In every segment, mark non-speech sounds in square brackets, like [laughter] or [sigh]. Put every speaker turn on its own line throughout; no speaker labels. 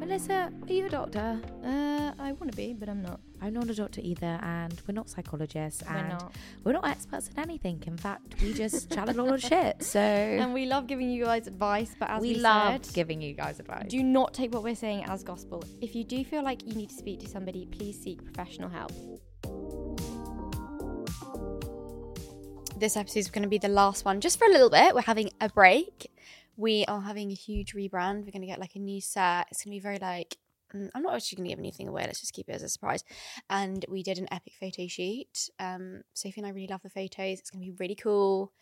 Melissa, are you a doctor? Uh, I want to be, but I'm not.
I'm not a doctor either, and we're not psychologists,
We're
and
not.
we're not experts in anything. In fact, we just chat a lot of shit.
[laughs]
So
And we love giving you guys advice, but as we,
we, love
said,
giving you guys advice.
do not take what we're saying as gospel. If you do feel like you need to speak to somebody, please seek professional help.
this episode is going to be the last one just for a little bit. We're having a break. We are having a huge rebrand. We're going to get like a new set. It's going to be very like, mm, I'm not actually going to give anything away. Let's just keep it as a surprise. And we did an epic photo shoot. Um, Sophie and I really love the photos. It's going to be really cool.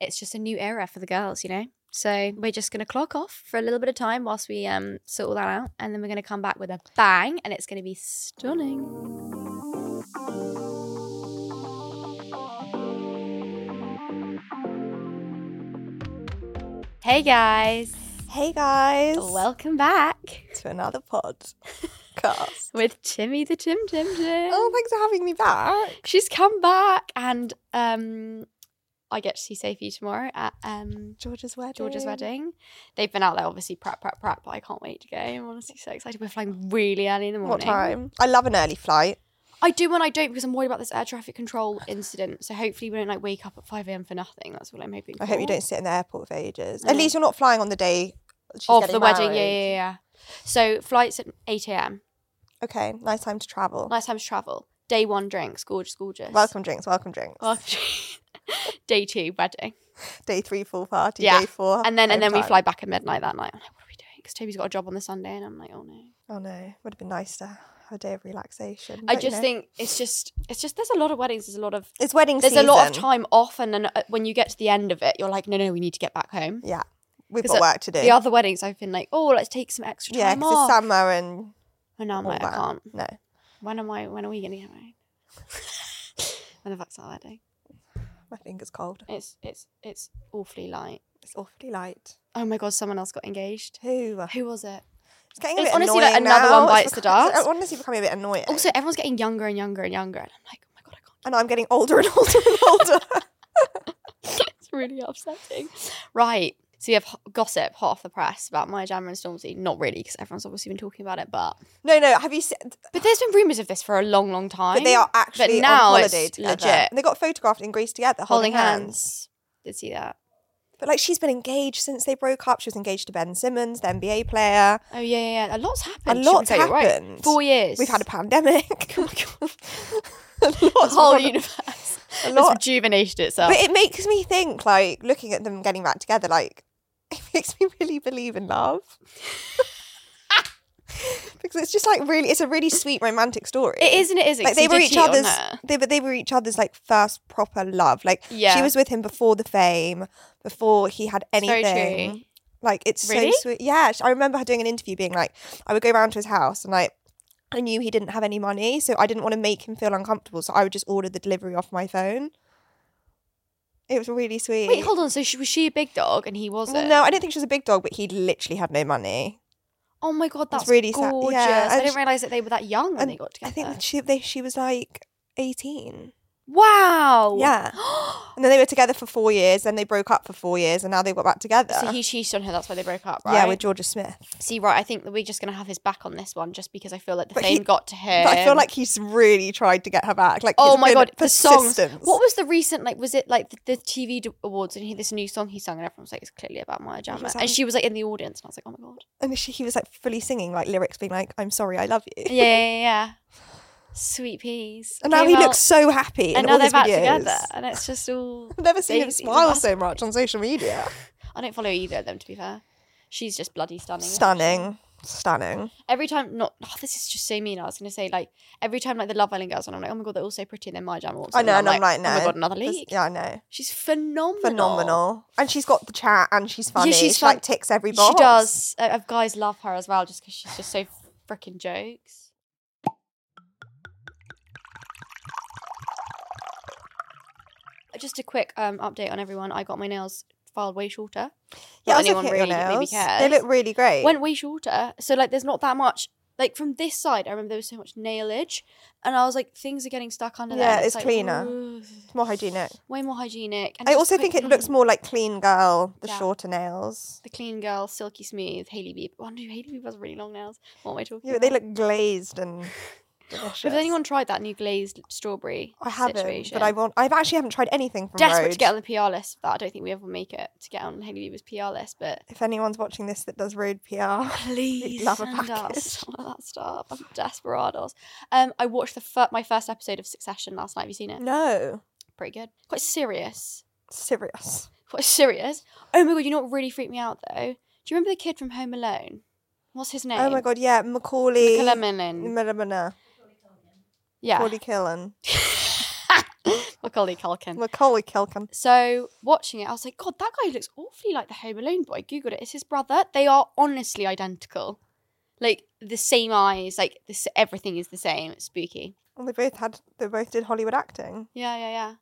It's just a new era for the girls, you know? So we're just going to clock off for a little bit of time whilst we um, sort all that out. And then we're going to come back with a bang and it's going to be stunning. Hey guys.
Hey guys.
Welcome back [laughs]
to another podcast.
with Chimmy the Chim Chim Chim.
oh, thanks for having me back.
She's come back and um I get to see Sophie tomorrow at um
George's wedding.
George's wedding. They've been out there obviously prep, prep, prep, but I can't wait to go. I'm honestly so excited. We're flying really early in the morning.
What time? I love an early flight.
I do when I don't because I'm worried about this air traffic control incident. So hopefully we don't like wake up at five AM for nothing. That's what I'm hoping.
I hope you
for.
don't sit in the airport for ages. At least you're not flying on the day she's
Of
getting
the wedding, yeah,
married.
yeah, yeah. So flights at eight AM.
Okay, nice time to travel.
Nice time to travel. Day one drinks, gorgeous, gorgeous.
Welcome drinks, welcome drinks.
Welcome. [laughs] Day two wedding.
Day three full party.
Yeah.
Day four.
and then and then we
overtime.
fly back at midnight that night. I'm like, what are we doing? Because Toby's got a job on the Sunday, and I'm like, oh no.
Oh no, would have been nice to have a day of relaxation.
I
but, you
just
know,
think it's just it's just there's a lot of weddings. There's a lot of
it's wedding
there's
season.
a lot of time off, and then uh, when you get to the end of it, you're like, no, no, we need to get back home.
Yeah, we've
'Cause
got
at
work to do.
The other weddings, I've been like, oh, let's take some extra time
yeah,
off,
because it's summer and
and now I'm
all
like,
that.
I can't.
No,
When am I? When are we gonna get married? [laughs] when the fuck's our wedding?
my fingers cold.
It's it's it's awfully light.
It's awfully light.
Oh my god, someone else got engaged.
Who?
Who was it?
It's getting a
It's
bit
honestly, like,
annoying
another
now.
one bites the
become- it's
dust.
honestly becoming a bit annoying.
Also, everyone's getting younger and younger and younger, and I'm like, oh my god, I can't.
and I'm getting older and [laughs] older and older.
[laughs] it's really upsetting. Right. So we have ho- gossip, hot off the press about my Jammer and Stormzy. Not really, because everyone's obviously been talking about it, but
no, no. Have you said
but there's been rumours of this for a long, long time.
that they are actually
but now
on holiday
it's
together?
legit.
And they got photographed in Greece together, holding, hands.
Did see that?
But like, she's been engaged since they broke up. She was engaged to Ben Simmons, the NBA player.
Oh yeah, yeah, yeah. A lot's happened.
a
should we
lot's
say, right?
happened.
Four years.
We've had a pandemic. [laughs] Oh my god. a
the
lot's
whole
gone- [laughs]
universe.
A
It's
lot.
rejuvenated itself.
But it makes me think, like, looking at them getting back together, like, [laughs] it makes me really believe in love. [laughs] because it's just like really, it's a really sweet romantic story.
it is and it isn't.
Like
'cause
they
he
were
did
each
cheat on
other's,
her.
they were they were each other's like first proper love. Like
Yeah.
she was with him before the fame, before he had
It's very
anything.
true.
Like it's
Really?
so sweet. Yeah, sh- I remember her doing an interview being like, I would go round to his house and like I knew he didn't have any money, so I didn't want to make him feel uncomfortable, so I would just order the delivery off my phone. It was really sweet.
Wait, hold on. So she, was she a big dog and he wasn't?
Well, no, I don't think she was a big dog, but he literally had no money.
Oh my god,
That's
that's really
really sad. Yeah,
gorgeous.
and
I didn't
she-
realize that they were that young when
And
they got
I
together.
think she they, she was like eighteen.
wow.
Yeah. And then they were together for four years, then they broke up for four years, and now they've got back together.
[gasps] so he cheated on her. That's why they broke up, right?
Yeah, with Georgia Smith.
See, right. I think that we're just gonna have his back on this one, just because I feel like the
But
fame
he-
got to him.
But I feel like he's really tried to get her back. Like,
Oh
it's
my
been
god, the songs.
persistence.
What was the recent like? Was it like the, the TV d- awards and he this new song he sung and everyone was like, it's clearly about Maya Jama,
was
and
like-
she was like in the audience and I was like, oh my god,
And she, he was like fully singing like lyrics, being like, "I'm sorry, I love you."
yeah, yeah, yeah. yeah. Sweet peas.
And now
Came
he
out,
looks so happy in
And now
all
they're
his
back
videos.
together, and it's
[laughs]
just all.
I've never seen him
daisies and
smile
that.
so much on social media.
I don't follow either of them, to be fair. She's just bloody stunning. isn't she?
Stunning. Stunning.
Every time, not. Oh, this is just so mean. I was going to say, like, every time, like, the Love Island girls, and I'm like, oh my god, they're all so pretty, and then my jam walks.
I
in,
know, and I'm like, no.
Oh my god, another
This-
leak.
Yeah, I know.
She's phenomenal.
Phenomenal. And she's got the chat and she's funny.
Yeah, she's
she
fun-
like ticks every box.
She does. Uh, uh, guys love her as well, just because she's just so freaking jokes. Just a quick um, update on everyone. I got my nails filed way shorter. Not
Yeah, I was
anyone
looking at your
really- maybe
nails. They
cares.
look really great.
Went way shorter, so like there's not that much. Like from this side, I remember there was so much nailage, and I was like, things are getting stuck under there.
Yeah,
and
it's cleaner.
ooh,
It's more hygienic.
way more hygienic. and
I
just
also
quick
think it
nail.
looks more like clean girl, the
Yeah.
shorter nails.
the clean girl, silky smooth, Hailey Bieber. Oh no, Hailey Bieber has really long nails. What am I talking
Yeah,
about?
they look glazed and delicious.
Has anyone tried that new glazed strawberry?
I haven't,
situation?
but I want. I've actually haven't tried anything from
desperate
Rhodes.
to get on the PR list for that. I don't think we ever make it to get on Hailey Bieber's PR list, but
If anyone's watching this that does road [laughs] PR,
please
love a
send
package.
us some of that stuff. I'm desperados. Um, I watched the fir- my first episode of Succession last night. Have you seen it?
no,
Pretty good. Quite serious.
serious.
Quite [laughs] serious. Oh my god, you know what really freaked me out though? Do you remember the kid from Home Alone? What's his name?
Oh my god, yeah, Macaulay.
Culkin.
Macaulay.
Yeah.
Macaulay Culkin.
[laughs] Macaulay Culkin.
Macaulay Culkin.
So watching it, I was like, God, that guy looks awfully like the Home Alone boy. Googled it. It's his brother. They are honestly identical. Like the same eyes. Like this, everything is the same. It's spooky.
And they both had. They both did Hollywood acting.
Yeah, yeah, yeah.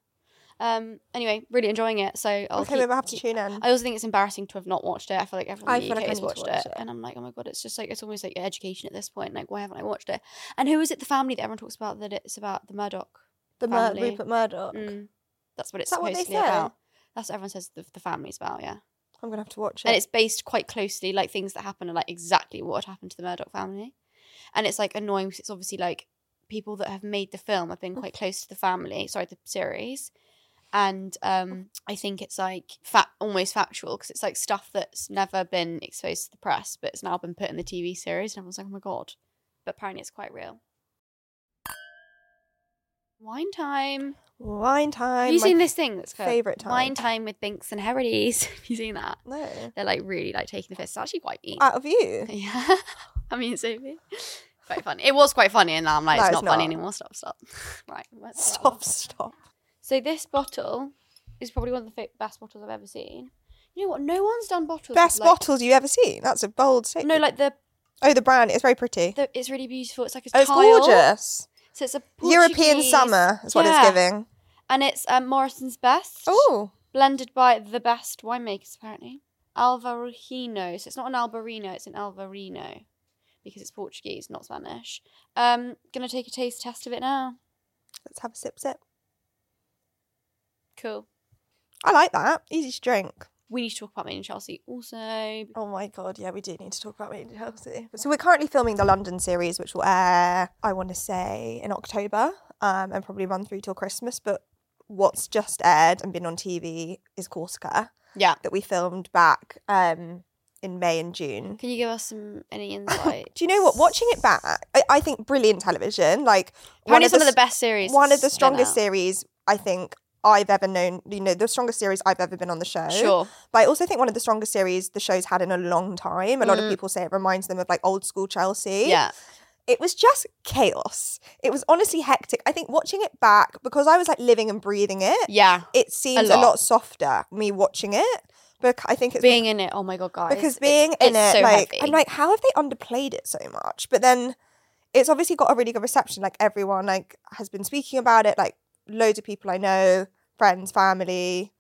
Um. Anyway, really enjoying it. So I'll
okay,
keep-
maybe I have to
keep-
tune in.
I also think it's embarrassing to have not watched it. I feel like everyone
I
in the
feel
UK
like I
has
need to
watched it.
watch it.
and I'm like, oh my god, it's just like it's almost like education at this point. Like, why haven't I watched it? And who is it? The family that everyone talks about that it's about the Murdoch.
the Mur-
family.
Rupert Murdoch.
Mm. That's what it's
that what they
supposed to be
say?
about. That's what everyone says the, the family's about. Yeah.
I'm gonna have to watch it.
And it's based quite closely, like things that happen are like exactly what had happened to the Murdoch family. And it's like annoying because it's obviously like people that have made the film have been quite close to the family, sorry, the series. And um, I think it's like fat, almost factual because it's like stuff that's never been exposed to the press, but it's now been put in the TV series. And everyone's like, oh my God. But apparently it's quite real. Wine time.
wine time.
Have you
my
seen this thing that's called
favourite time.
Wine time with Binks and Hebrides. [laughs] Have you seen that?
No.
they're like really like taking the piss. It's actually quite mean.
Out of you.
[laughs] yeah. I mean, Sophie. Quite funny. It was quite funny, and now I'm like,
No,
it's,
it's
not, funny
not.
anymore. Stop, stop. [laughs] right. let's stop.
Stop. Stop.
So this bottle is probably one of the fa- best bottles I've ever seen. You know what? No one's done bottles. with,
Best
like-
bottles you've ever seen. That's a bold statement.
No, like the,
oh, the brand. It's very pretty.
the it's really beautiful. It's like a
Oh, it's
tile.
gorgeous.
So it's a
European
Portuguese-
summer is what
Yeah.
it's giving.
and it's um, Morrison's best.
Oh,
blended by the best winemakers apparently. Alvarino. So it's not an Albarino, it's an Alvarino because it's Portuguese, not Spanish. Um, gonna take a taste test of it now.
let's have a sip, sip.
Cool.
I like that. Easy to drink.
We need to talk about Maine and Chelsea also.
Oh my god, yeah, we do need to talk about Made in Chelsea. So we're currently filming the London series, which will air, I want to say, in October, um, and probably run through till Christmas. But what's just aired and been on TV is Corsica
Yeah.
that we filmed back um, in May and June.
Can you give us some
[laughs]
any insight?
Do you know what? Watching it back, I, I think brilliant television. Like one
Apparently, some of
s-
the best series.
one of
that's
the
been
strongest
out.
series I think I've ever known. You know, the strongest series I've ever been on the show.
Sure.
But I also think one of the strongest series the show's had in a long time. A lot of
Mm.
people say it reminds them of like old school Chelsea.
Yeah.
It was just chaos. It was honestly hectic. I think watching it back, because I was like living and breathing it,
Yeah.
it seems a lot.
lot.
softer, me watching it. But I think it's
Being in it. Oh my god, guys.
because
it's-
being in
it's
it,
so
like,
heavy.
I'm like, how have they underplayed it so much? But then it's obviously got a really good reception. Like everyone, like, has been speaking about it. Like loads of people I know, friends, family.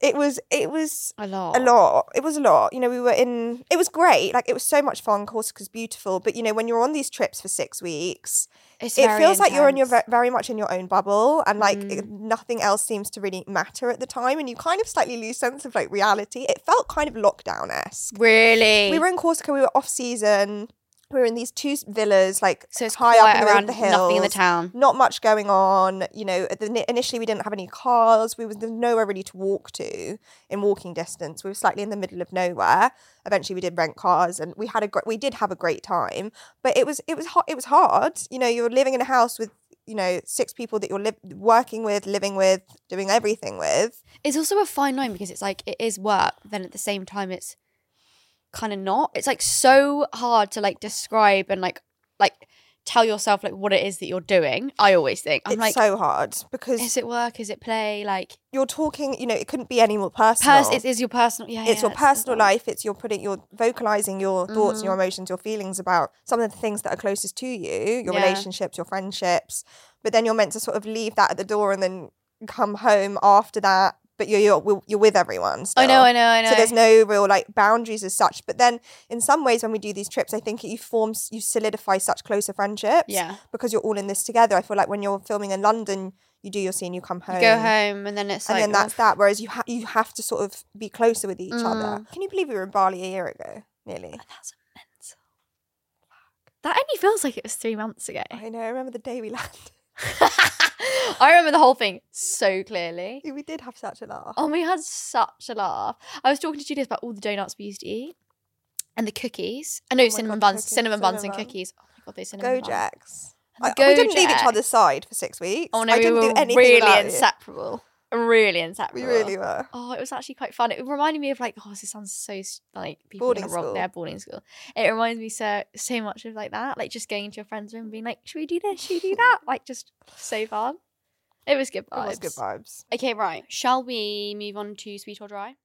It was, it was
a lot.
a lot. It was a lot. You know, we were in. It was great. Like it was so much fun. Corsica's beautiful, but you know, when you're on these trips for six weeks,
It's
it
very
feels like you're in your
intense. Mm.
ve- very much in your own bubble, and like it- nothing else seems to really matter at the time, and you kind of slightly lose sense of like reality. It felt kind of lockdown esque.
Really?
We were in Corsica. We were off season. we were in these two s- villas, like
So it's
high
quiet
up in the,
around
the hills,
nothing in the town.
Not much going on. You know, at the, ni- initially we didn't have any cars. We was there was nowhere really to walk to in walking distance. We were slightly in the middle of nowhere. Eventually, we did rent cars, and we had a gr- we did have a great time. But it was it was hot. It was hard. You know, you're living in a house with you know six people that you're liv working with, living with, doing everything with.
It's also a fine line because it's like it is work, but then at the same time it's kind of not. It's like so hard to like describe and like like tell yourself like what it is that you're doing. I always think I'm
it's
like,
so hard because
is it work? Is it play? Like,
you're talking. You know, it couldn't be any more personal.
pers- it's, Mm-hmm. it's your personal. Yeah,
it's
yeah,
your
that's the
personal
one.
life. It's your putting, you're vocalizing your thoughts, and your emotions, your feelings about some of the things that are closest to you, your
Yeah.
relationships, your friendships. But then you're meant to sort of leave that at the door and then come home after that. But you're you're, you're with everyone. Still.
I know, I know, I know.
So there's no real like boundaries as such. But then in some ways, when we do these trips, I think you form, you solidify such closer friendships.
Yeah.
Because you're all in this together. I feel like when you're filming in London, you do your scene, you come home
You go home and then it's
and
like
then that's that. Whereas you ha- you have to sort of be closer with each
Mm.
other. Can you believe we were in Bali a year ago? Nearly.
that's mental.
That only feels like it was three months ago.
I know. I remember the day we [laughs] landed.
[laughs] I remember the whole thing so clearly.
We did have such a laugh.
Oh, we had such a laugh. I was talking to Julius about all the donuts we used to eat and the cookies. I know
Oh my
cinnamon
God, the
buns,
cookies,
cinnamon buns
cinnamon.
and cookies. Oh my god, those cinnamon buns.
Gojeks.
And
I-
the
we didn't leave each
Gojek.
other's side for six weeks.
Oh no,
I didn't
we were
do anything
really
without you.
inseparable. Really
We
inseparable.
really were.
Oh, it was actually quite fun. It reminded me of like, oh, this sounds so s- like people are
Boarding
gonna rock
school.
their boarding school. It reminds me so so much of like that, like just going into your friend's room, and being like, should we do this? Should we do
[laughs]
that? Like just so fun. It was good vibes.
It was good vibes.
Okay, right. Shall we move on to sweet or dry?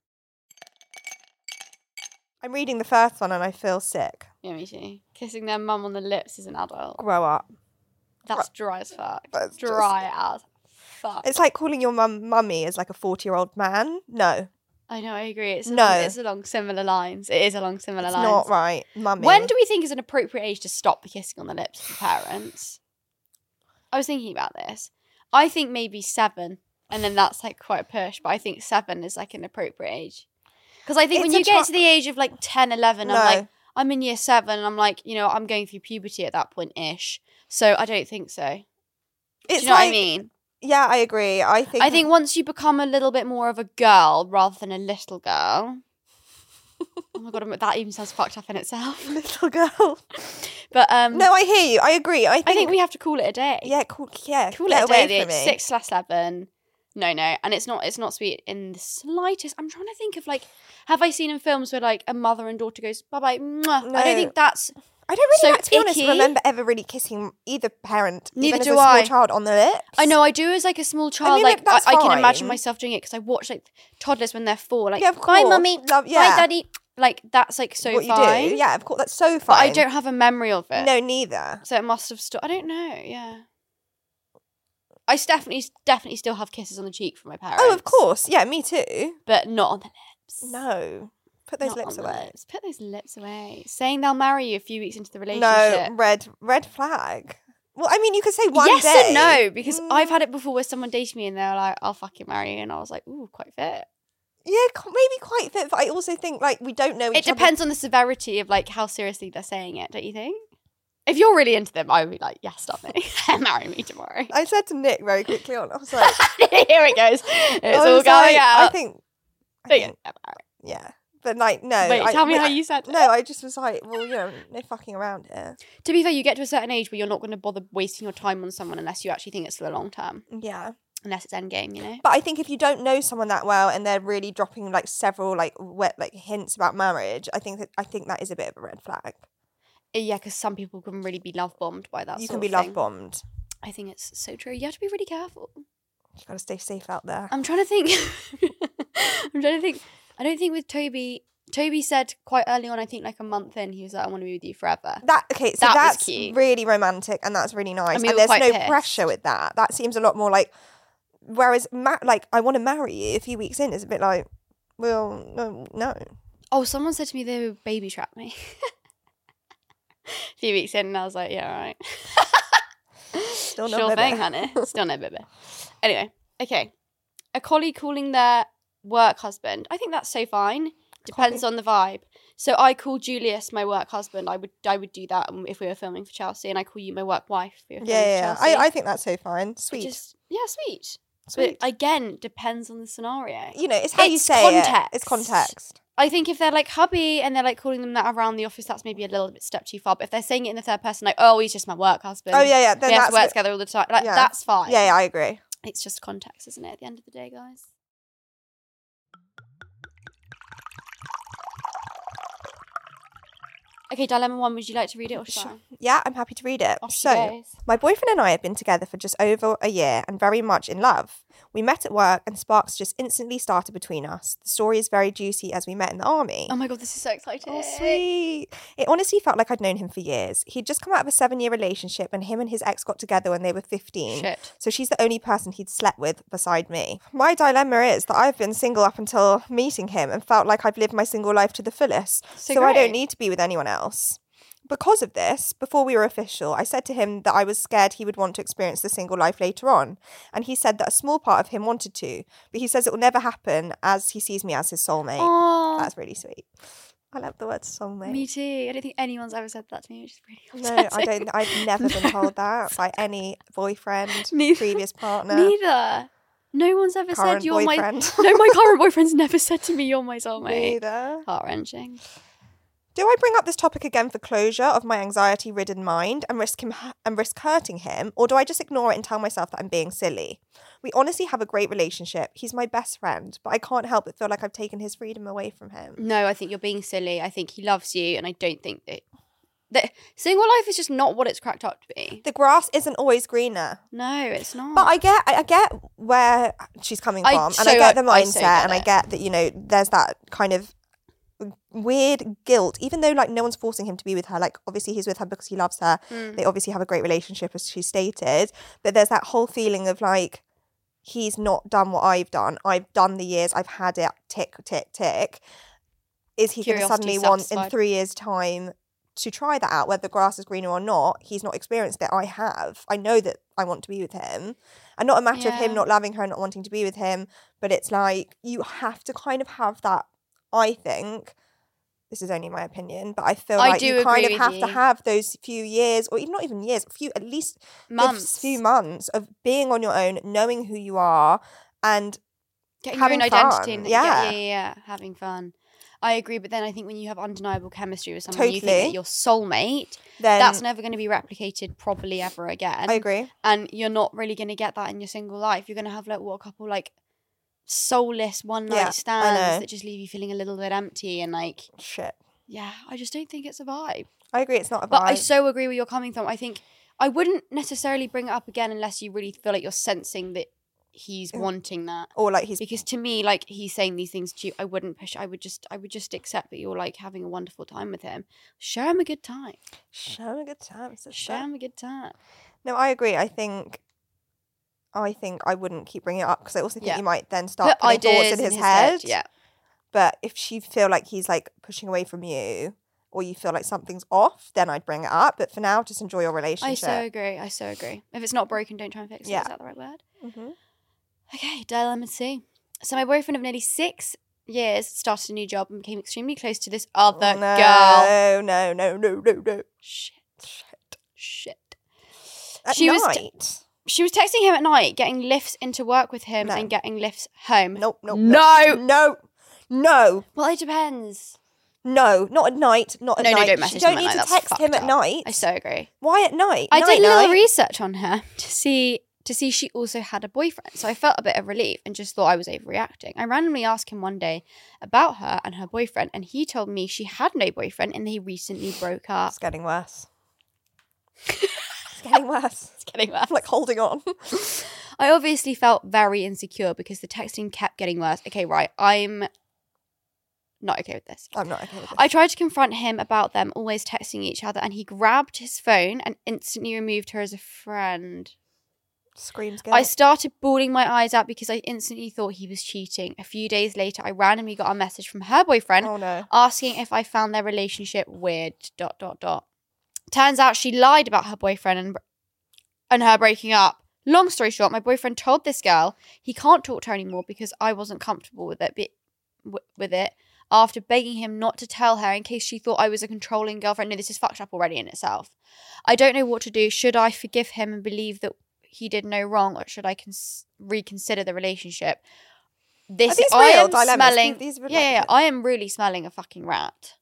I'm reading the first one and I feel sick.
Yeah, me too. Kissing their mum on the lips is an adult.
Grow up.
That's dry as fuck.
That's just-
dry as fuck.
It's like calling your mum mummy as like a 40 year old man. No,
I know. I agree. It's
No.
along, it's along similar lines. It is along similar
it's
lines.
not right. Mummy.
When do we think is an appropriate age to stop the kissing on the lips for parents? I was thinking about this. I think maybe seven, and then that's like quite a push, but I think seven is like an appropriate age. Because I think when
It's a
you get
ti-
to the age of like 10, 11,
No.
I'm like, I'm in year seven, and I'm like, you know, I'm going through puberty at that point ish. So I don't think so.
It's
Do you know
like,
what I mean?
Yeah, I agree. I think.
I think once you become a little bit more of a girl rather than a little
[laughs]
girl. oh my god, I'm- that even sounds fucked up in itself.
[laughs]
[laughs]
[laughs] little girl.
But um,
No, I hear you. I agree. I think,
I think we have to call it a day.
Yeah, cool. Yeah,
call it
get
a
away
day. The
from
age
me.
six slash eleven. No, no, and it's not. It's not sweet in the slightest. I'm trying to think of like, have I seen in films where like a mother and daughter goes bye bye? I
No.
don't think that's.
I don't really,
So
like, to be honest,
icky.
remember ever really kissing either parent,
Neither
even as
do
a small
I.
child, on the lips.
I know I do as like a small child.
mean,
like
look, that's
I, I can imagine
fine.
myself doing it because I watch like toddlers when they're four. Like
Yeah, of
bye
course.
mummy,
Love-
bye
yeah.
daddy. Like that's like so
what
fine.
you do. Yeah, of course, that's so fine.
but I don't have a memory of it.
No, neither.
So it must have still. I don't know. Yeah. I s- definitely, definitely still have kisses on the cheek from my parents.
Oh, of course. Yeah, me too.
but not on the lips.
No, put those
Not
lips
on the
away.
lips. Put those lips away. Saying they'll marry you a few weeks into the
No,
relationship.
red, red flag. Well, I mean, you could say one
yes
day.
and no, because
Mm,
I've had it before where someone dated me and they were like, "I'll fucking marry you," and I was like, "Ooh, quite fit."
yeah, qu- maybe quite fit, but I also think like we don't know.
It
each other.
depends on the severity of like how seriously they're saying it, don't you think? If you're really into them, I would be like, "Yes, stop [laughs] me, marry me tomorrow." [laughs]
I said to Nick very quickly on. I was like,
Here it goes.
I
[laughs] It's all
was
going
like,
out.
I think. I
But yeah,
think-
[laughs] they're married.
yeah, but like no.
Wait,
I-
tell me
wait,
how
I-
you said it.
No, I just was like, well, you know, no fucking around here.
To be fair, you get to a certain age where you're not going to bother wasting your time on someone unless you actually think it's for the long term,
Yeah.
unless it's end game, you know.
But I think if you don't know someone that well and they're really dropping like several like wet like hints about marriage, I think that I think that is a bit of a red flag.
Uh, Yeah, because some people can really be love bombed by that.
you
sort
can be
of
love
thing.
bombed.
I think it's so true. You have to be really careful.
You gotta stay safe out there.
I'm trying to think. [laughs] I'm trying to think. I don't think with Toby. Toby said quite early on. I think like a month in, he was like, "I want to be with you forever."
that okay, so
that was
that's
cute.
really romantic and that's really
And
nice. And,
we were
there's
quite
no
pissed.
pressure with that. That seems a lot more like whereas ma- like I want to marry you a few weeks in is a bit like well no no
Oh, someone said to me they would baby trap me. [laughs] a few weeks in, and I was like, "Yeah, all right."
still not
sure
baby.
thing,
[laughs]
honey. Still no baby. Anyway, okay. A colleague calling their work husband. I think that's so fine. Depends on the vibe. So I call Julius my work husband. I would I would do that um, if we were filming for Chelsea, and I call you my work wife. If we were
Yeah,
filming for
yeah. yeah.
Chelsea.
I, I think that's so fine. Sweet.
Just, yeah, sweet.
Sweet.
But again, depends on the scenario.
you know, it's how you
it's
say it. It's
context.
context.
I think if they're like hubby and they're like calling them that around the office, that's maybe a little bit step too far. But if they're saying it in the third person, like, oh, he's just my work husband.
Oh yeah, yeah. Then
we have
that's
to work
it.
together all the time. Like,
Yeah.
that's fine.
Yeah, yeah, I agree.
It's just context, isn't it? At the end of the day, guys. Okay, dilemma one. Would you like to read it or shall I?
Yeah, I'm happy to read it.
Off she
so,
goes.
my boyfriend and I have been together for just over a year and very much in love. We met at work and sparks just instantly started between us. The story is very juicy as we met in the army.
Oh my god, this is so exciting.
Oh, sweet. It honestly felt like I'd known him for years. He'd just come out of a seven year relationship, and him and his ex got together when they were 15.
Shit.
So she's the only person he'd slept with beside me. My dilemma is that I've been single up until meeting him and felt like I've lived my single life to the fullest.
So
So, I
great.
don't need to be with anyone else. Because of this, before we were official, I said to him that I was scared he would want to experience the single life later on. And he said that a small part of him wanted to, but he says it will never happen as he sees me as his soulmate.
Aw,
That's really sweet. I love the word soulmate.
Oh. Me too. I don't think anyone's ever said that to me, which is really [laughs]
No, I
upsetting.
don't. I've never
[laughs]
been
No.
told that by any
[laughs]
boyfriend,
Neither-
previous partner,
Neither. No one's ever
current
said you're
[laughs]
boyfriend.
my. No,
[laughs]
my current boyfriend's never said to me you're my soulmate.
Neither.
heart wrenching.
Do I bring up this topic again for closure of my anxiety-ridden mind and risk him and risk hurting him, or do I just ignore it and tell myself that I'm being silly? We honestly have a great relationship. He's my best friend, but I can't help but feel like I've taken his freedom away from him.
No, I think you're being silly. I think he loves you, and I don't think that. that single life is just not what it's cracked up to be.
The grass isn't always greener.
No, it's not.
But I get, I I get where she's coming
I
from, and
so-
I get the
I- I
mindset,
so get
and I
it.
get that you know there's that kind of weird guilt, even though like no one's forcing him to be with her. Like obviously he's with her because he loves her.
Mm.
They obviously have a great relationship, as she stated. But there's that whole feeling of like he's not done what I've done. I've done the years. I've had it. Tick, tick, tick. Is he going to
Curiosity
suddenly want in
satisfied.
three years' time to try that out, whether the grass is greener or not? He's not experienced it. I have. I know that I want to be with him, and not a matter of him
Yeah.
not loving her, and not wanting to be with him. But it's like you have to kind of have that. I think this is only my opinion, but I feel
I
like
do
you kind of
agree with
have to
you.
have those few years, or even not even years, a few at least
months.
a few months of being on your own, knowing who you are, and
Getting
having
your own identity.
fun,
and- yeah.
yeah.
yeah, yeah, yeah, Having fun. I agree, but then I think when you have undeniable chemistry with someone, you think
Totally.
that your soulmate,
then
that's never going to be replicated properly ever again.
I agree.
And you're not really going to get that in your single life. You're going to have like what a couple like soulless one night
Yeah, I know.
stands that just leave you feeling a little bit empty and like
Shit,
yeah, I just don't think it's a vibe.
I agree. It's not a
But I
vibe.
so agree where you're coming from. I think I wouldn't necessarily bring it up again unless you really feel like you're sensing that he's wanting that.
or like Mm. he's
Because to me, like he's saying these things to you, I wouldn't push. I would just, I would just accept that you're like having a wonderful time with him. Show him a good time.
show him a good time. sister.
Show him a good time.
No, I agree. I think. I think I wouldn't keep bringing it up because I also think
Yeah.
you might then start
Put
putting thoughts in
ideas
his, head.
Yeah,
But if she feel like he's like pushing away from you, or you feel like something's off, then I'd bring it up. But for now, just enjoy your
I
relationship.
so agree. I so agree. If it's not broken, don't try and fix it. Is
Yeah.
that the right word?
Mhm.
Okay, dilemma C. So my boyfriend of nearly six years started a new job and became extremely close to this other girl.
no, no, no, no, no, no.
Shit,
Shit.
shit.
At
She was
night.
t- She was texting him at night, getting lifts into work with him
No.
and getting lifts home.
Nope, nope, no, no, no,
Well, it depends.
no, not at night, not at
No, no,
night.
don't
you
message
don't
him at
need
night,
to
that's
text him
fucked
at
up.
night.
I so agree.
Why at night?
I did a little
Night-night?
research on her to see to see she also had a boyfriend. So I felt a bit of relief and just thought I was overreacting. I randomly asked him one day about her and her boyfriend, and he told me she had no boyfriend and they recently broke up.
It's getting worse. it's getting worse.
[laughs] It's getting
I'm like holding on.
I obviously felt very insecure because the texting kept getting worse. Okay, right. I'm not okay with this.
I'm not okay with this.
I tried to confront him about them always texting each other, and he grabbed his phone and instantly removed her as a friend.
Screams
I
guilt.
started bawling my eyes out because I instantly thought he was cheating. A few days later, I randomly got a message from her boyfriend
Oh no.
asking if I found their relationship weird. Dot dot dot. Turns out she lied about her boyfriend and and her breaking up. Long story short, my boyfriend told this girl he can't talk to her anymore because I wasn't comfortable with it. Be, wi- with it, after begging him not to tell her in case she thought I was a controlling girlfriend. No, this is fucked up already in itself. I don't know what to do. Should I forgive him and believe that he did no wrong, or should I cons- reconsider the relationship? This
these
I
real
am
dilemmas?
smelling.
These- these would
yeah,
like-
yeah, yeah, I am really smelling a fucking rat.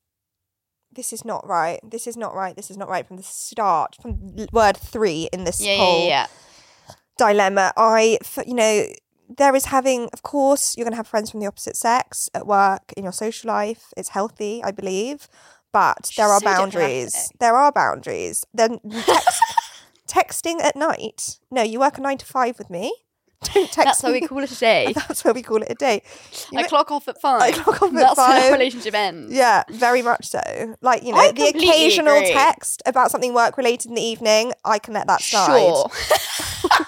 This is not right. This is not right. This is not right from the start. From l- word three in this
Yeah,
whole
yeah, yeah.
dilemma. I, f- you know, there is having. Of course, you're going to have friends from the opposite sex at work in your social life. It's healthy, I believe, but there are
so
boundaries.
diplomatic.
There are boundaries.
[laughs]
Then text, texting at night. No, you work a nine to five with me. [laughs] Don't text.
That's how we
me.
call it a day.
[laughs] That's where we call it a day. You
I
know-
clock off at five.
I clock off at
That's how
five.
the relationship ends.
Yeah, very much so. Like, you know,
I
the
completely
occasional
agree.
text about something work related in the evening, I can let that slide. [laughs]
Sure.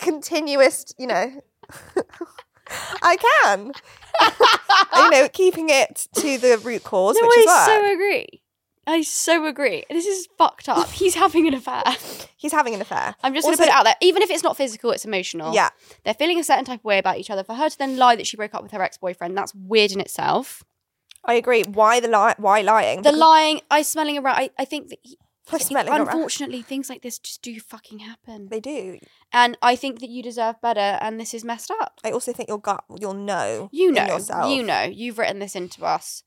Continuous, you know. [laughs] I can. [laughs] you know, keeping it to the root cause,
No,
which is
I
work.
so agree. I so agree. This is fucked
[laughs]
up. He's having an affair.
He's having an affair.
I'm just
Also-
gonna put it out there. Even if it's not physical, it's emotional.
Yeah.
They're feeling a certain type of way about each other. For her to then lie that she broke up with her ex-boyfriend, that's weird in itself.
I agree. Why the lie? Why lying?
The
Because-
lying, I smelling around. I, I think that he,
I'm smelling a rat.
unfortunately things like this just do fucking happen.
They do.
And I think that you deserve better and this is messed up.
I also think your gut, you'll know.
You
in
know,
yourself.
you know, you've written this into us.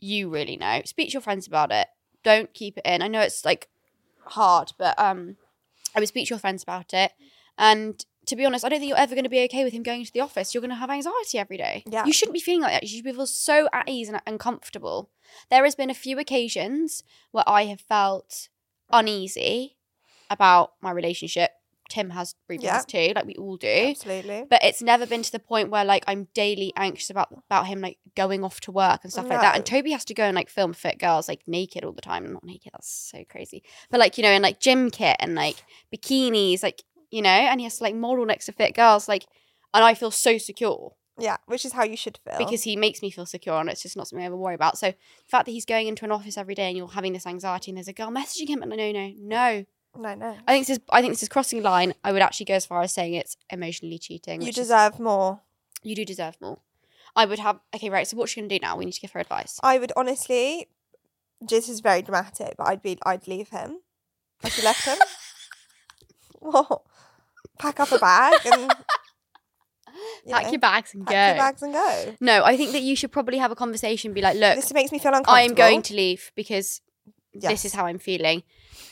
You really know. Speak to your friends about it. Don't keep it in. I know it's like hard, but um, I would speak to your friends about it. And to be honest, I don't think you're ever going to be okay with him going into the office. You're going to have anxiety every day.
Yeah.
you shouldn't be feeling like that. You should be feel so at ease and, and comfortable. There has been a few occasions where I have felt uneasy about my relationship. Tim has briefly
Yeah.
has too, like we all do
Absolutely.
but it's never been to the point where like I'm daily anxious about about him like going off to work and stuff like that. And
No.
Toby has to go and like film fit girls like naked all the time. Not naked, that's so crazy. But like you know, in like gym kit and like bikinis, like you know, and he has to like model next to fit girls, like. And I feel so secure
yeah, which is how you should feel.
because he makes me feel secure, and it's just not something I ever worry about. So the fact that he's going into an office every day and you're having this anxiety, and there's a girl messaging him, and no, no, no.
no, no.
I think this is I think this is crossing a line. I would actually go as far as saying it's emotionally cheating.
You
which is-
deserve more.
you do deserve more. I would have okay, right. So what's she gonna do now? We need to give her advice.
I would honestly, this is very dramatic, but I'd be, I'd leave him. If you left him,
[laughs]
what? Pack up a bag
[laughs]
and you
pack
know,
your bags and
pack
go.
your bags and go.
No, I think that you should probably have a conversation. Be like, look,
This makes me feel uncomfortable.
I am going to leave because this
Yes.
is how I'm feeling.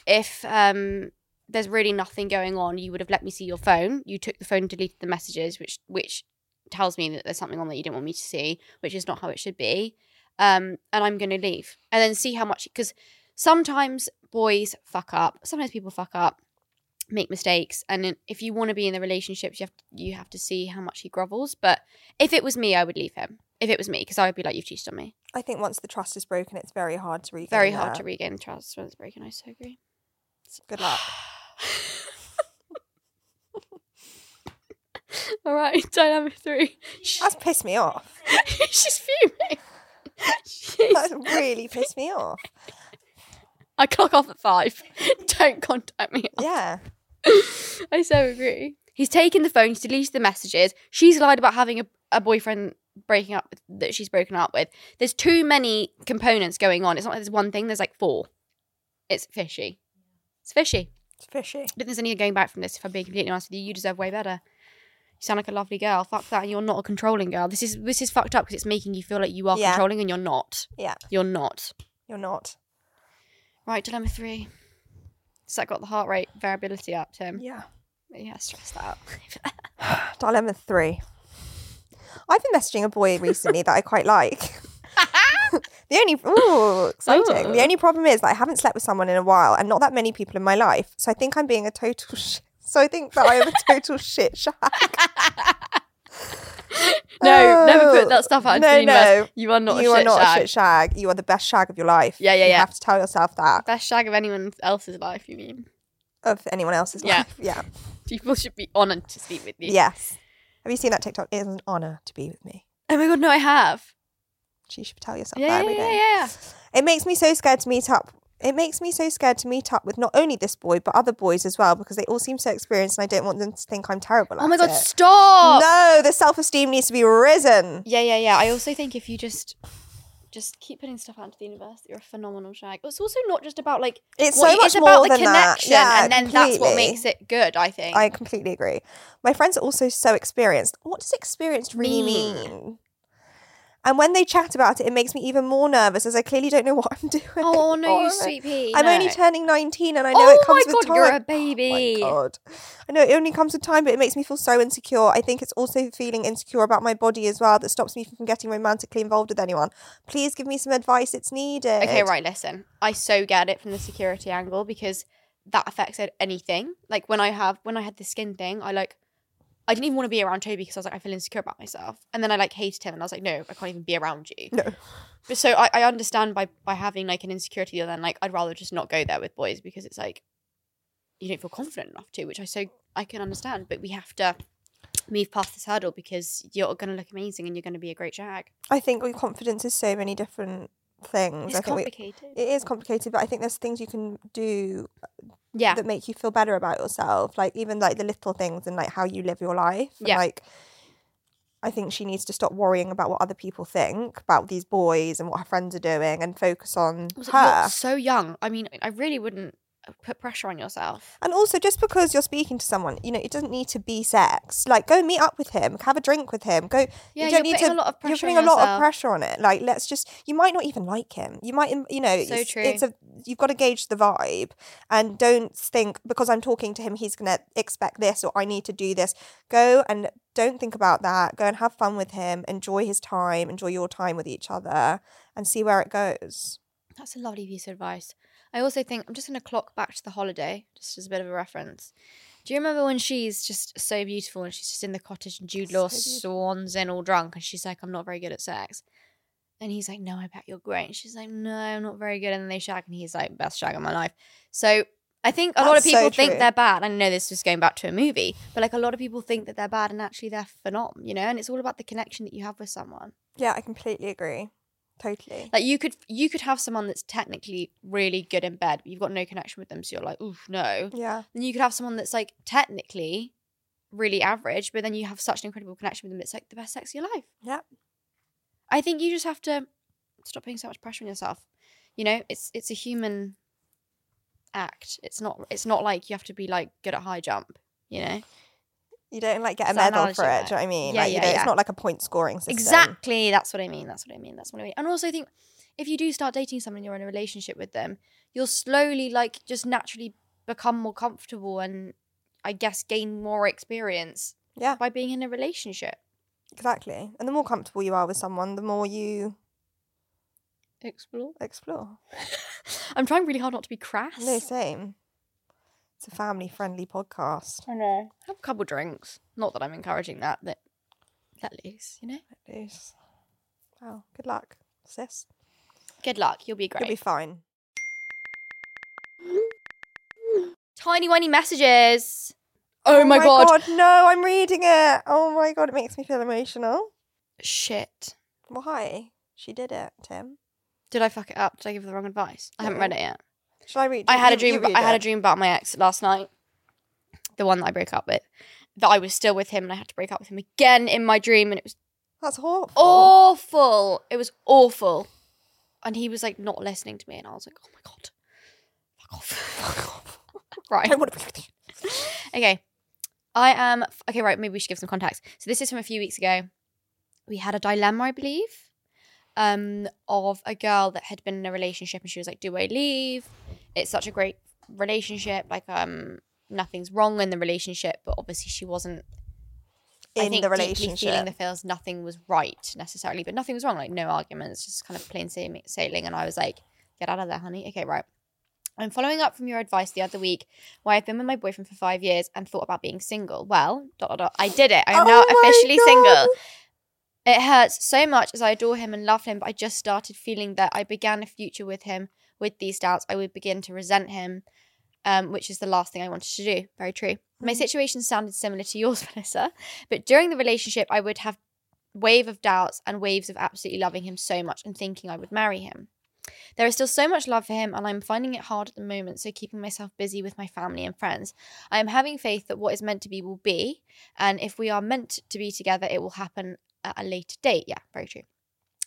If um there's really nothing going on, you would have let me see your phone. You took the phone and deleted the messages, which which tells me that there's something on that you didn't want me to see, which is not how it should be. Um, and I'm gonna leave. And then see how much because sometimes boys fuck up, sometimes people fuck up, make mistakes, and then if you wanna be in the relationships, you have to, you have to see how much he grovels. But if it was me, I would leave him. If it was me, because I would be like, You've cheated on me.
I think once the trust is broken, it's very hard to regain.
Very hard to
read.
regain trust when it's broken. I so agree. [laughs] [sighs]
Good luck.
All right, [laughs] dynamic three.
That's pissed me off.
[laughs] She's [laughs] fuming.
That's
She's,
really pissed me
[laughs]
off.
I clock off at five. [laughs] Don't contact me.
Yeah.
I so agree. He's taken the phone. He's deleted the messages. She's lied about having a, a boyfriend breaking up with, that she's broken up with. There's too many components going on. It's not like there's one thing. There's like four. It's fishy. It's fishy.
It's fishy.
don't think there's any going back from this. If I'm being completely honest with you, you deserve way better. You sound like a lovely girl. Fuck that. And you're not a controlling girl. This is this is fucked up because it's making you feel like you are
Yeah.
controlling and you're not.
Yeah.
You're not.
You're not.
Right, dilemma three. So that got the heart rate variability up, Tim.
Yeah.
Yeah, stress that
[laughs]
out.
Dilemma three. I've been messaging a boy recently that I quite
[laughs]
like. [laughs] the only ooh, exciting. The only problem is that I haven't slept with someone in a while and not that many people in my life. So I think I'm being a total [laughs] sh- so I think that I am a
[laughs]
total shit shack.
no, never
Oh,
put that stuff out into
no,
the universe.
no.
You are not
you
a
are
shit
not
shag.
a shit shag. You are the best shag of your life.
Yeah, yeah,
You
yeah.
have to tell yourself that
Best shag of anyone else's life, you mean?
of anyone else's
Yeah.
life.
[laughs]
[laughs] Yeah.
People should be honoured to sleep with you.
Yes. Have you seen that TikTok? It is an honor to be with me.
Oh my god, no, I have.
You should tell yourself that
Yeah,
every
yeah,
day.
yeah, yeah.
It makes me so scared to meet up It makes me so scared to meet up with not only this boy, but other boys as well, because they all seem so experienced and I don't want them to think I'm terrible
Oh my
at
god,
it.
stop!
No, the self esteem needs to be risen.
Yeah, yeah, yeah. I also think if you just just keep putting stuff out into the universe, you're a phenomenal shag. It's also not just about like
It's
what-
so much
it's
more
about the
than that.
connection,
Yeah,
and then that's what
completely.
makes it good. I think.
I completely agree. My friends are also so experienced. What does experienced really mean?
Mean.
And when they chat about it, it makes me even more nervous as I clearly don't know [laughs] what I'm doing.
oh no, you
for it.
sweet pea.
I'm
no.
only turning 19 and I know
oh
it comes
my
with
god,
time.
you're a
my
baby.
god. I know it only comes with time, but it makes me feel so insecure. I think it's also feeling insecure about my body as well that stops me from getting romantically involved with anyone. Please give me some advice. It's needed.
Okay, right, listen. I so get it from the security angle because that affects it- anything. Like when I have when I had the skin thing, I like I didn't even want to be around Toby because I was like, I feel insecure about myself. And then I like hated him and I was like, no, I can't even be around you.
No.
But so I, I understand by by having like an insecurity then like I'd rather just not go there with boys because it's like you don't feel confident enough to, which I so I can understand. But we have to move past this hurdle because you're gonna look amazing and you're gonna be a great jag.
I think we- confidence is so many different things.
It's
I think we,
complicated.
it is complicated, but I think there's things you can do
yeah.
that make you feel better about yourself like even like the little things and like how you live your life and,
Yeah.
like i think she needs to stop worrying about what other people think about these boys and what her friends are doing and focus on
I was like,
her
you're so young. I mean, I really wouldn't uh, put pressure on yourself.
and also just because you're speaking to someone you know it doesn't need to be sex like go meet up with him have a drink with him go
Yeah,
you
you're
don't need
putting
to
a lot of pressure
you're
on
putting a lot of
yourself.
pressure on it like let's just you might not even like him you might you know
So
it's,
true.
it's a you've got to gauge the vibe and don't think because i'm talking to him he's going to expect this or i need to do this go and don't think about that go and have fun with him enjoy his time enjoy your time with each other and see where it goes
That's a lovely piece of advice. I also think I'm just going to clock back to the holiday, just as a bit of a reference. Do you remember when she's just so beautiful and she's just in the cottage and Jude Law swans in all drunk and she's like, I'm not very good at sex? And he's like, No, I bet you're great. And she's like, No, I'm not very good. And then they shag and he's like, Best shag of my life. So I think a lot of
That's so
people think
true.
they're bad. I know this is going back to a movie, but like a lot of people think that they're bad and actually they're phenom, you know? And it's all about the connection that you have with someone.
yeah i completely agree totally
Like you could you could have someone that's technically really good in bed, but you've got no connection with them, so you're like, oof, no.
yeah
Then you could have someone that's like technically really average, but then you have such an incredible connection with them, it's like the best sex of your life.
yeah
I think you just have to stop putting so much pressure on yourself. You know, it's it's a human act. It's not it's not like you have to be like good at high jump, you know?
you don't like get a
Is that
medal for
analogy
it do you know what i mean
Yeah,
like you
yeah,
don't,
yeah.
it's not like a point scoring system
Exactly. That's what I mean. That's what I mean. That's what I mean. And also, I think if you do start dating someone and you're in a relationship with them, you'll slowly, like, just naturally become more comfortable and I guess gain more experience
yeah
by being in a relationship.
Exactly. And the more comfortable you are with someone, the more you
Explore.
explore.
I'm trying really hard not to be crass.
No, same. It's a family friendly podcast.
I know. Have a couple drinks. Not that I'm encouraging that. That let loose. You know.
It is. Well, good luck, sis.
Good luck. You'll be great.
You'll be fine.
Tiny whiny messages. Oh, my, god.
No, I'm reading it. Oh my god, it makes me feel emotional.
Shit.
Why? She did it, Tim.
Did I fuck it up? Did I give the wrong advice? I haven't read it yet.
Shall I read?
I had a
you- you
dream.
read
I had
it.
a dream about my ex last night, the one that I broke up with. That I was still with him, and I had to break up with him again in my dream, and it was
That's awful.
Oh, awful. It was awful, and he was like not listening to me, and I was like, oh my god, fuck off, [laughs] fuck off.
I
right,
don't want to be with you.
okay. I am okay. Right, maybe we should give some context. So this is from a few weeks ago. We had a dilemma, I believe, um, of a girl that had been in a relationship, and she was like, "Do I leave? It's such a great relationship. Like, um, nothing's wrong in the relationship, but obviously she wasn't I
in
think
the
deeply
relationship.
feeling the feels nothing was right necessarily, but nothing was wrong. Like no arguments, just kind of plain sa- sailing. And I was like, get out of there, honey. Okay, right. I'm following up from your advice the other week, where I've been with my boyfriend for five years and thought about being single. Well, dot dot dot. I did it. I am
Oh
now
my
officially
God.
single. It hurts so much as I adore him and love him, but I just started feeling that I began a future with him. With these doubts, I would begin to resent him, um, which is the last thing I wanted to do. Very true. My situation sounded similar to yours, [laughs] Vanessa, but during the relationship, I would have wave of doubts and waves of absolutely loving him so much and thinking I would marry him. There is still so much love for him, and I'm finding it hard at the moment, so keeping myself busy with my family and friends. I am having faith that what is meant to be will be, and if we are meant to be together, it will happen at a later date. Yeah, very true.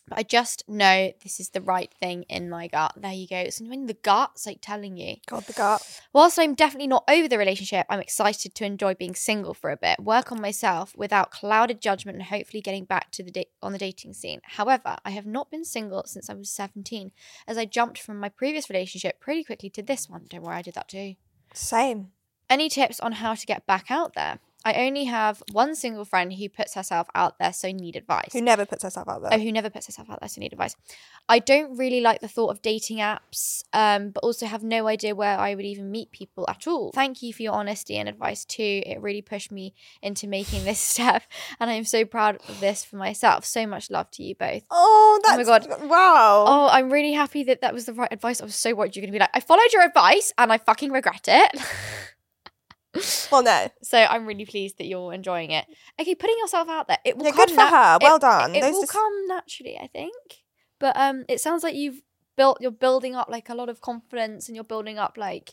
But I just know this is the right thing in my gut. There you go. It's in the gut's like telling you.
God, the gut.
Whilst I'm definitely not over the relationship, I'm excited to enjoy being single for a bit, work on myself without clouded judgment, and hopefully getting back to the da- on the dating scene. However, I have not been single since I was 17, as I jumped from my previous relationship pretty quickly to this one. Don't worry, I did that too.
Same.
Any tips on how to get back out there? I only have one single friend who puts herself out there, so need advice.
Who never puts herself out there.
Oh, who never puts herself out there, so need advice. I don't really like the thought of dating apps, um, but also have no idea where I would even meet people at all. Thank you for your honesty and advice too. It really pushed me into making this [laughs] step, and I'm so proud of this for myself. So much love to you both.
Oh,
Oh my
that's
God.
Wow.
Oh, I'm really happy that that was the right advice. I was so worried you're going to be like, I followed your advice and I fucking regret it. [laughs]
Well, no.
So I'm really pleased that you're enjoying it. Okay, putting yourself out there. It will
Yeah,
come
good for her. Well
it-
done.
It
Those
will
just-
come naturally, I think. But um it sounds like you've built you're building up like a lot of confidence and you're building up like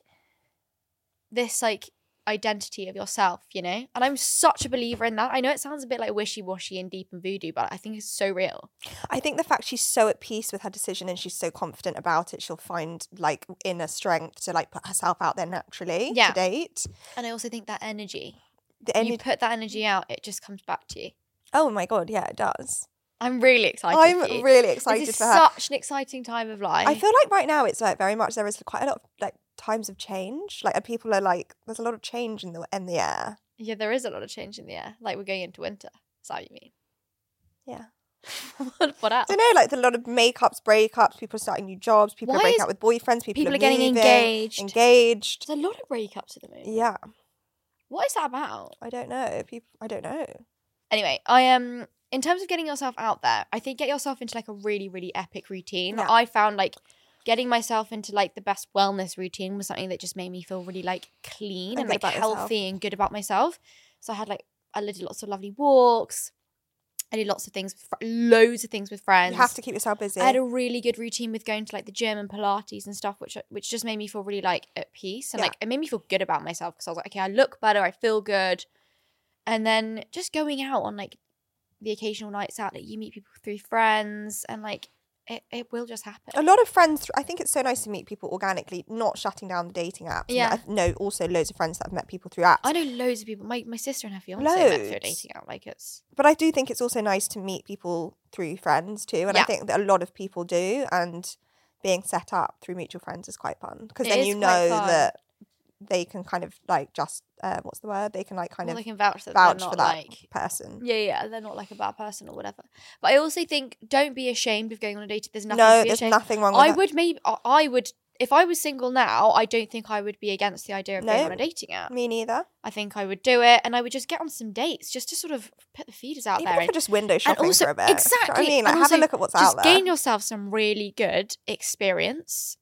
this like identity of yourself, you know? And I'm such a believer in that. I know it sounds a bit like wishy-washy and deep and voodoo, but I think it's so real.
I think the fact she's so at peace with her decision and she's so confident about it, she'll find like inner strength to like put herself out there naturally
Yeah.
to date.
And I also think that energy,
The
when you
ener-
put that energy out, it just comes back to you.
oh my god, yeah, it does.
I'm really excited.
I'm
for you.
really
This
excited
is
for her.
such an exciting time of life.
I feel like right now it's like very much there is quite a lot of like times of change. Like and people are like, there's a lot of change in the in the air.
Yeah, there is a lot of change in the air. Like we're going into winter. Is that what you mean? [laughs]
Yeah.
what, what else?
I don't know, like a lot of makeups, breakups, people are starting new jobs, people
Why
are breaking
is-
up with boyfriends, people,
people
are,
are getting
leaving,
engaged.
Engaged.
There's a lot of breakups at the moment.
Yeah.
What is that about?
I don't know. People I don't know.
Anyway, I Um, in terms of getting yourself out there, I think get yourself into like a really, really epic routine. Like,
Yeah.
I found like getting myself into like the best wellness routine was something that just made me feel really like clean
And
and,
good
like
about yourself.
healthy and good about myself. So I had like I did lots of lovely walks. I did lots of things, with fr- loads of things with friends.
You have to keep yourself busy.
I had a really good routine with going to like the gym and Pilates and stuff, which which just made me feel really like at peace and
Yeah.
like it made me feel good about myself because I was like, okay, I look better, I feel good, and then just going out on like the occasional nights out that you meet people through friends and like it, it will just happen.
a lot of friends i think it's so nice to meet people organically not shutting down the dating apps
Yeah.
i know also loads of friends that have met people through apps
I know loads of people. My my sister and her fiance met through a
Loads.
dating app. Like it's
but i do think it's also nice to meet people through friends too and
Yeah.
i think that a lot of people do and being set up through mutual friends is quite fun because
It
then
is
you
quite
know
fun.
that they can kind of like just uh, what's the word they can like kind
well,
of
they can vouch that
vouch
they're not
for that
like
person
Yeah, yeah, they're not like a bad person or whatever. But I also think don't be ashamed of going on a date. There's nothing.
no
to be
there's
ashamed.
nothing wrong with
I
that.
would maybe. I- I would if I was single now. I don't think I would be against the idea of going
No.
on a dating app.
me neither
I think I would do it, and I would just get on some dates just to sort of put the feeders out
even
there.
if
and
we're just window shopping
also-
for a bit Do you know what
exactly,
i mean like
and
have
also
a look at what's
just
out there
gain yourself some really good experience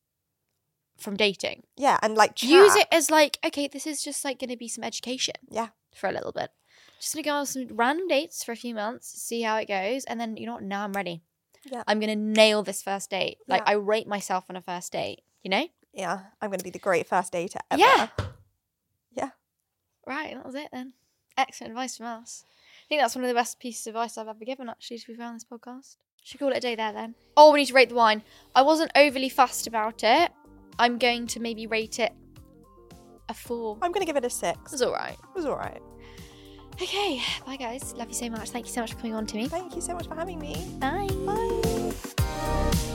from dating.
yeah and like chat.
Use it as like, okay, this is just like going to be some education.
Yeah.
for a little bit. Just gonna go on some random dates for a few months, see how it goes, and then you know what? Now I'm ready.
Yeah.
I'm gonna nail this first date. Like
Yeah.
I rate myself on a first date. You know.
yeah i'm gonna be the great first dater ever
Yeah.
Yeah.
Right, that was it then. Excellent advice from us. I think that's one of the best pieces of advice I've ever given, actually, to be found on this podcast. Should call it a day there then. Oh, we need to rate the wine. I wasn't overly fussed about it. I'm going to maybe rate it a four.
I'm gonna give it a six.
It's all right.
It was all right.
Okay, bye guys. Love you so much. Thank you so much for coming on to me.
Thank you so much for having me.
Bye.
Bye.